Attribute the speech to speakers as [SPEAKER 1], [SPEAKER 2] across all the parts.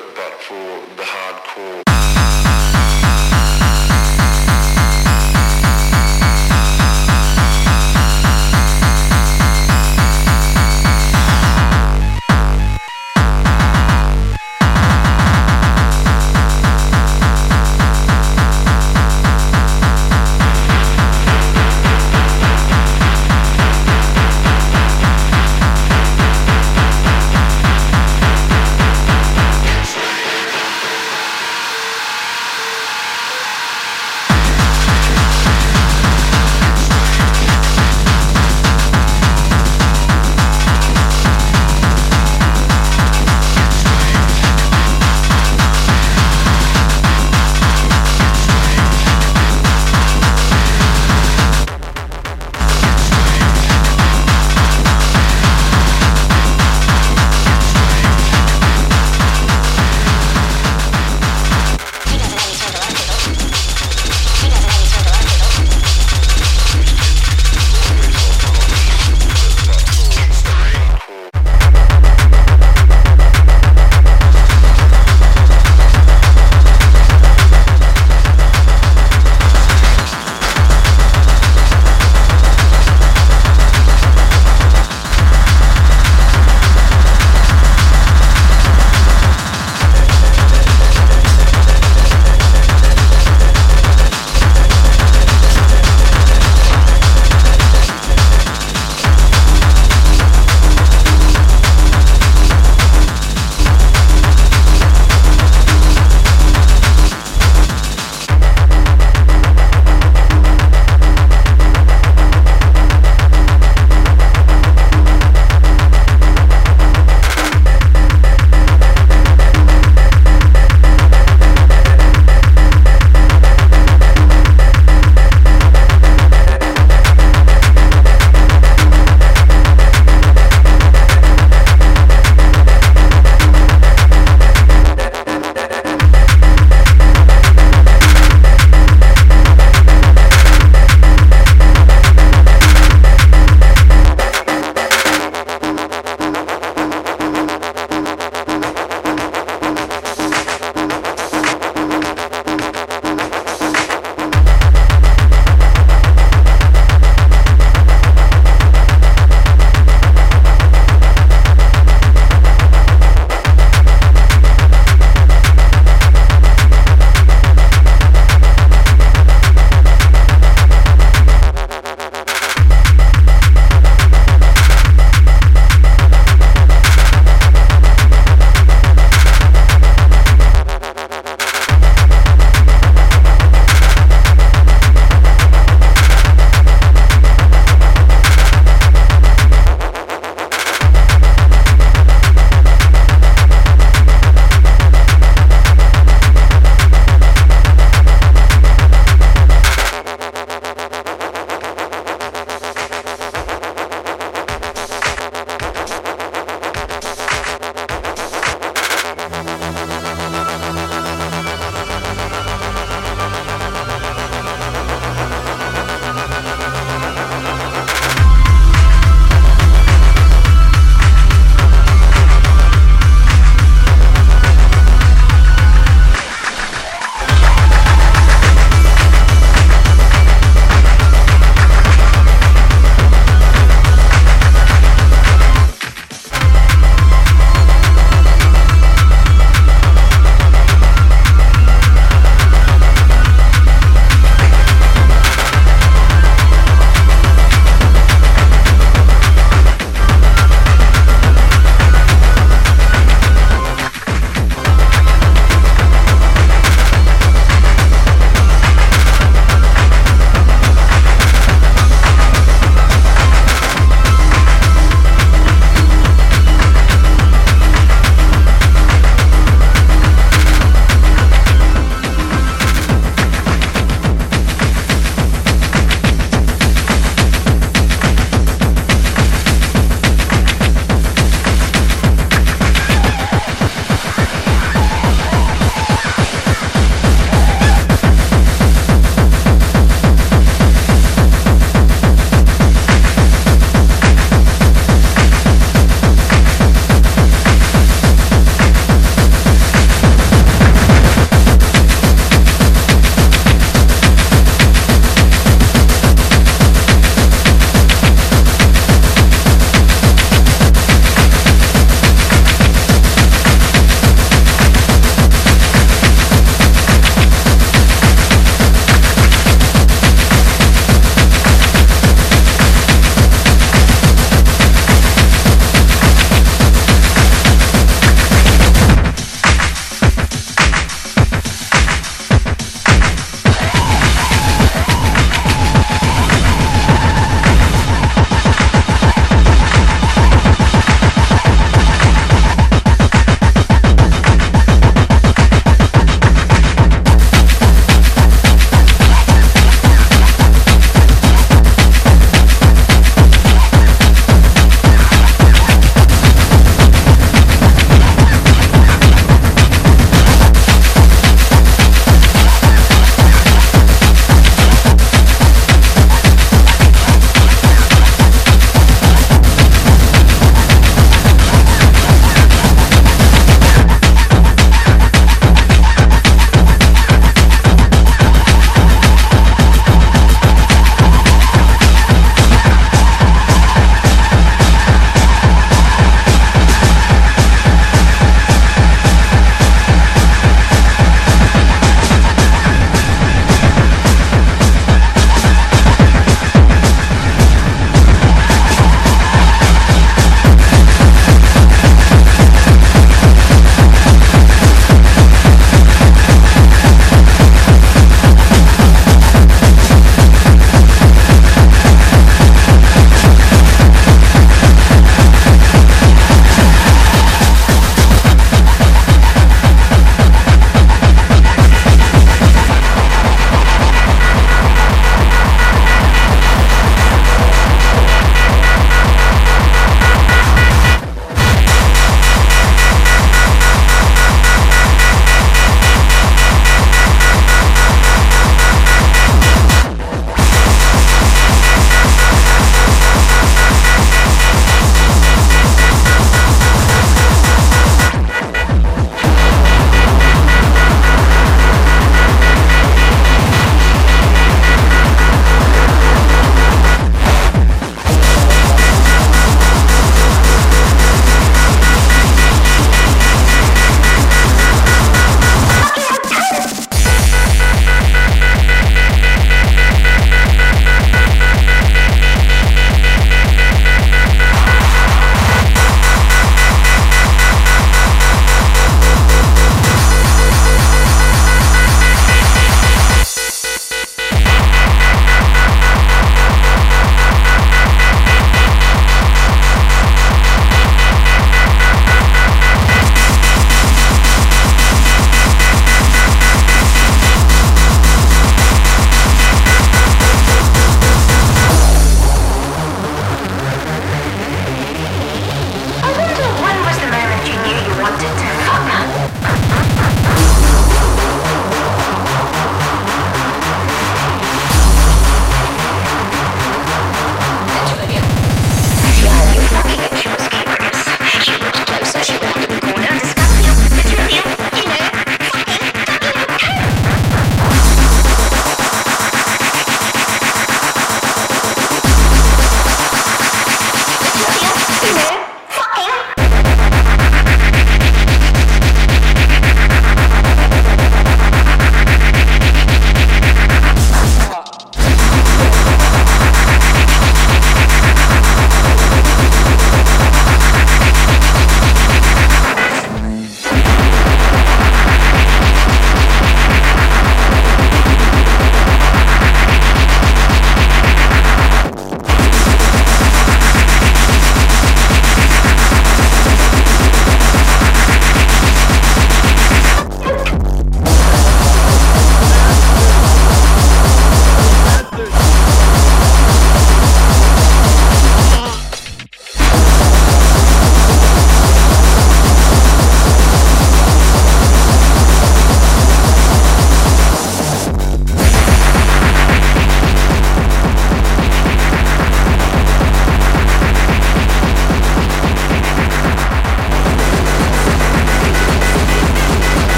[SPEAKER 1] for the hardcore.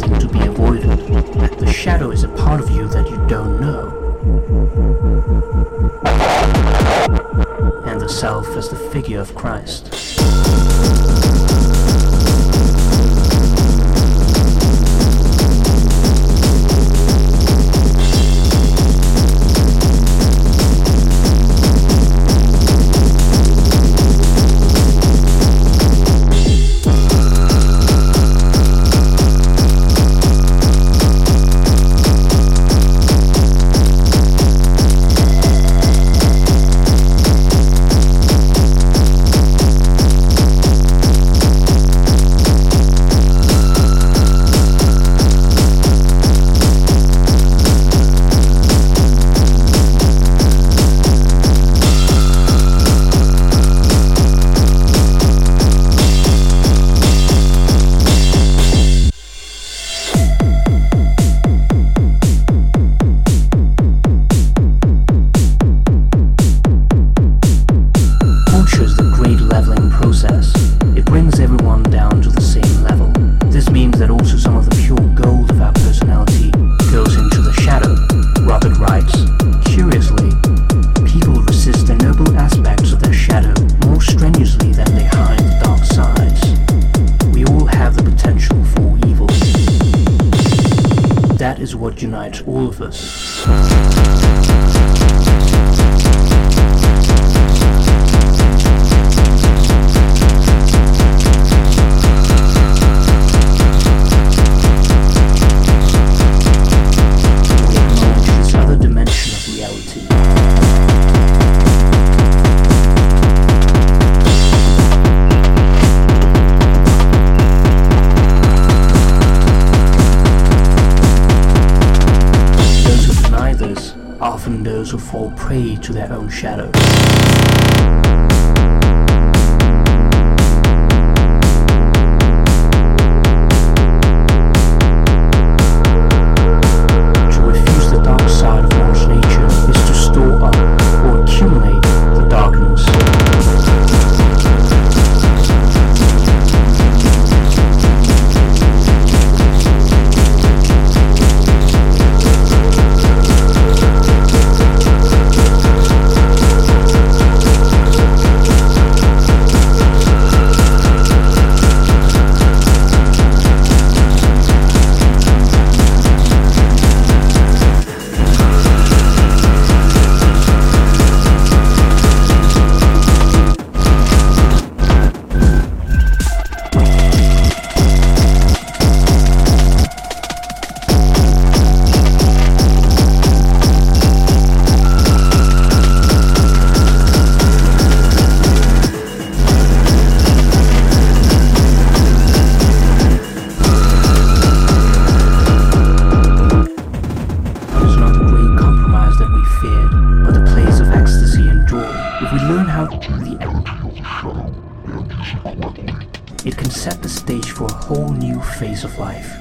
[SPEAKER 2] That, that the shadow is a part of you that you don't know. And the self is the figure of Christ. Culture is the great leveling process. It brings everyone down to the same level. This means that also some of the pure gold of our personality goes into the shadow. Robert writes, curiously, people resist the noble aspects of their shadow more strenuously than they hide the dark sides. We all have the potential for evil. That is what unites all of us. We acknowledge this other dimension of reality. Those who deny this are often those who fall prey to their own shadow. To refuse the dark side of one's nature is to store up or accumulate the darkness. is not the great compromise that we feared, but the place of ecstasy and joy. If we learn how to the it can set the stage for a whole new phase of life.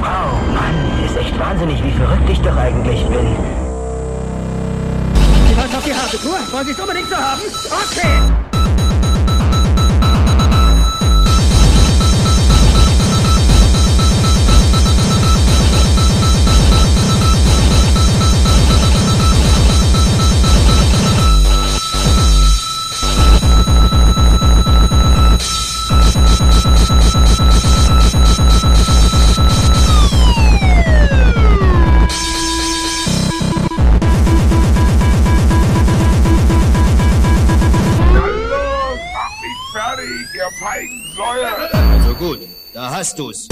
[SPEAKER 2] Oh, wahnsinnig, wie verrückt ich doch eigentlich bin.
[SPEAKER 3] Jemand auf die harte Tour? Wollen Sie es unbedingt so haben? Okay!
[SPEAKER 4] Hallo, mach mich fertig, ihr Feigensäuer!
[SPEAKER 5] Also gut, da hast du's.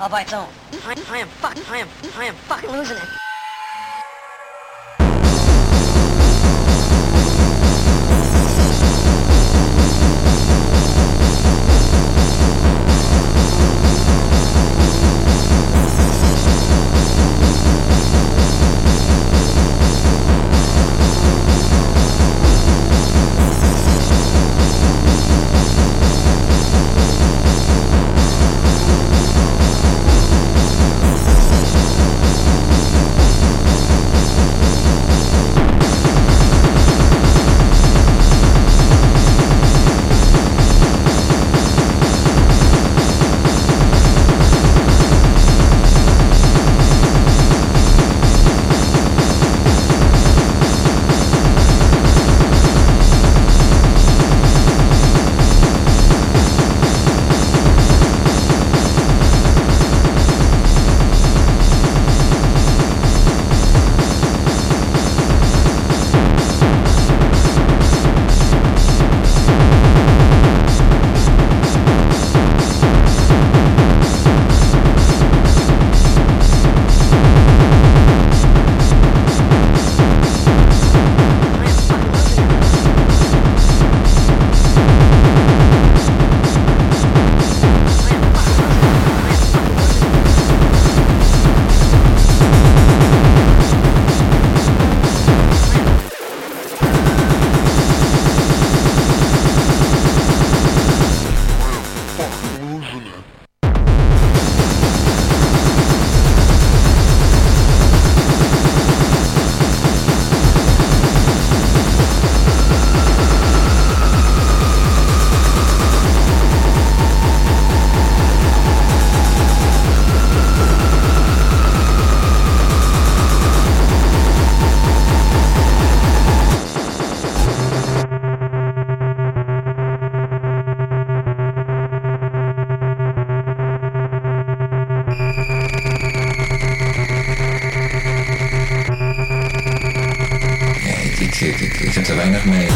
[SPEAKER 6] all by its own. I, I am fucking, I am, I am fucking losing it. I am fucking losing it. I am fucking losing it. I am fucking losing it.
[SPEAKER 7] Ik, ik, ik, ik, ik heb er weinig mee.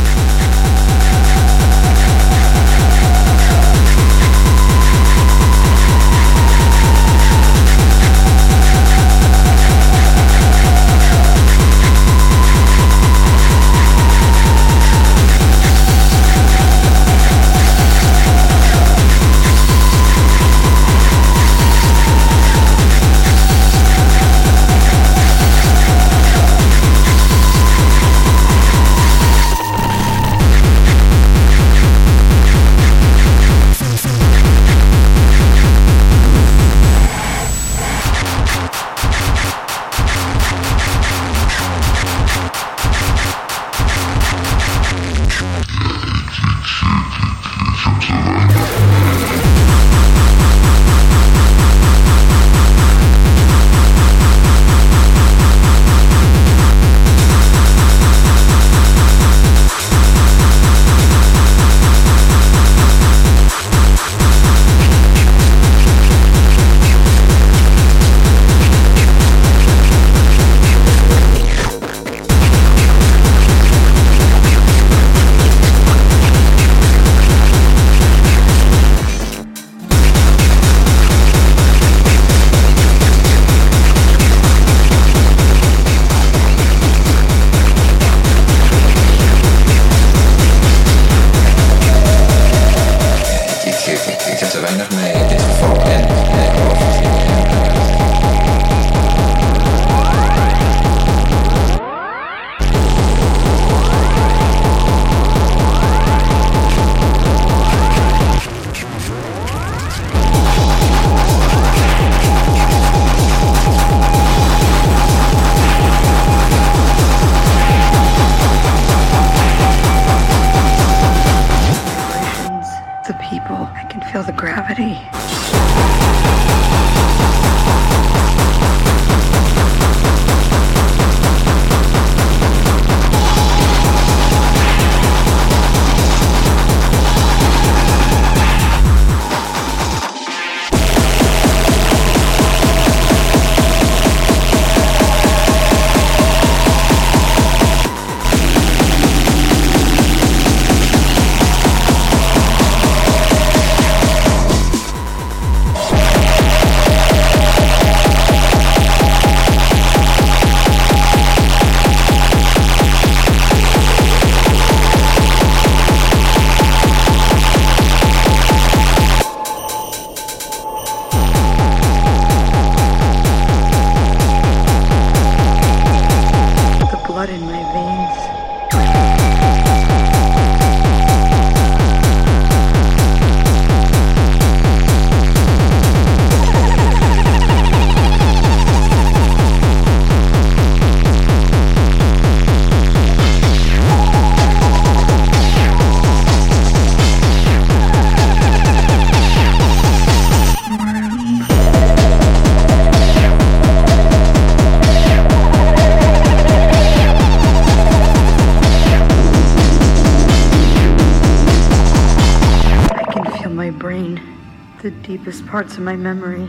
[SPEAKER 8] deepest parts of my memory.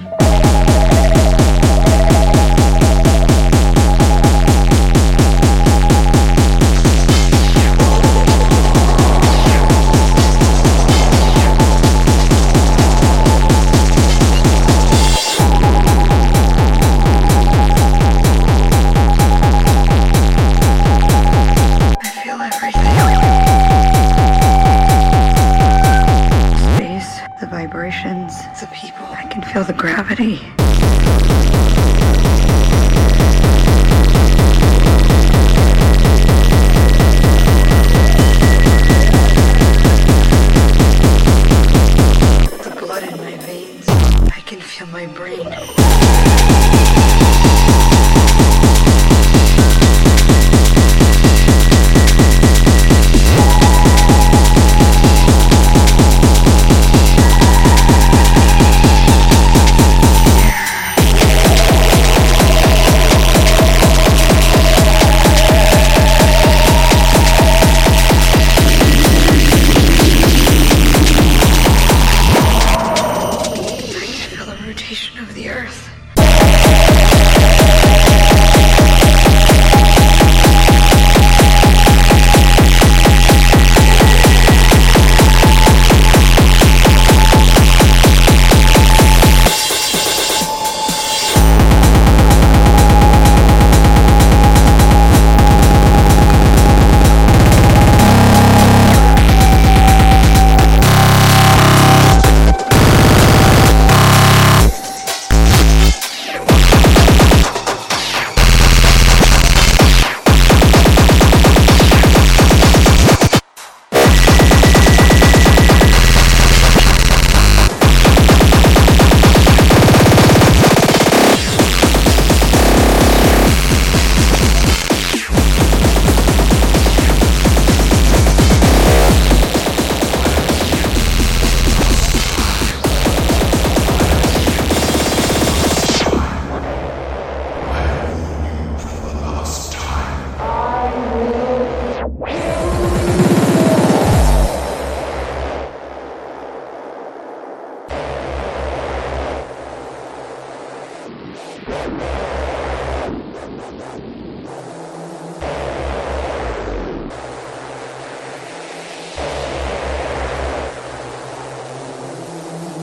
[SPEAKER 8] I feel everything. Space, the vibrations, the people. I can feel the gravity. The blood in my veins. I can feel my brain. I can feel the rotation of the earth.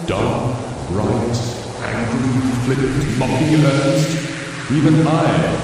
[SPEAKER 9] Dark, bright, angry, flippant, mocking events. Even I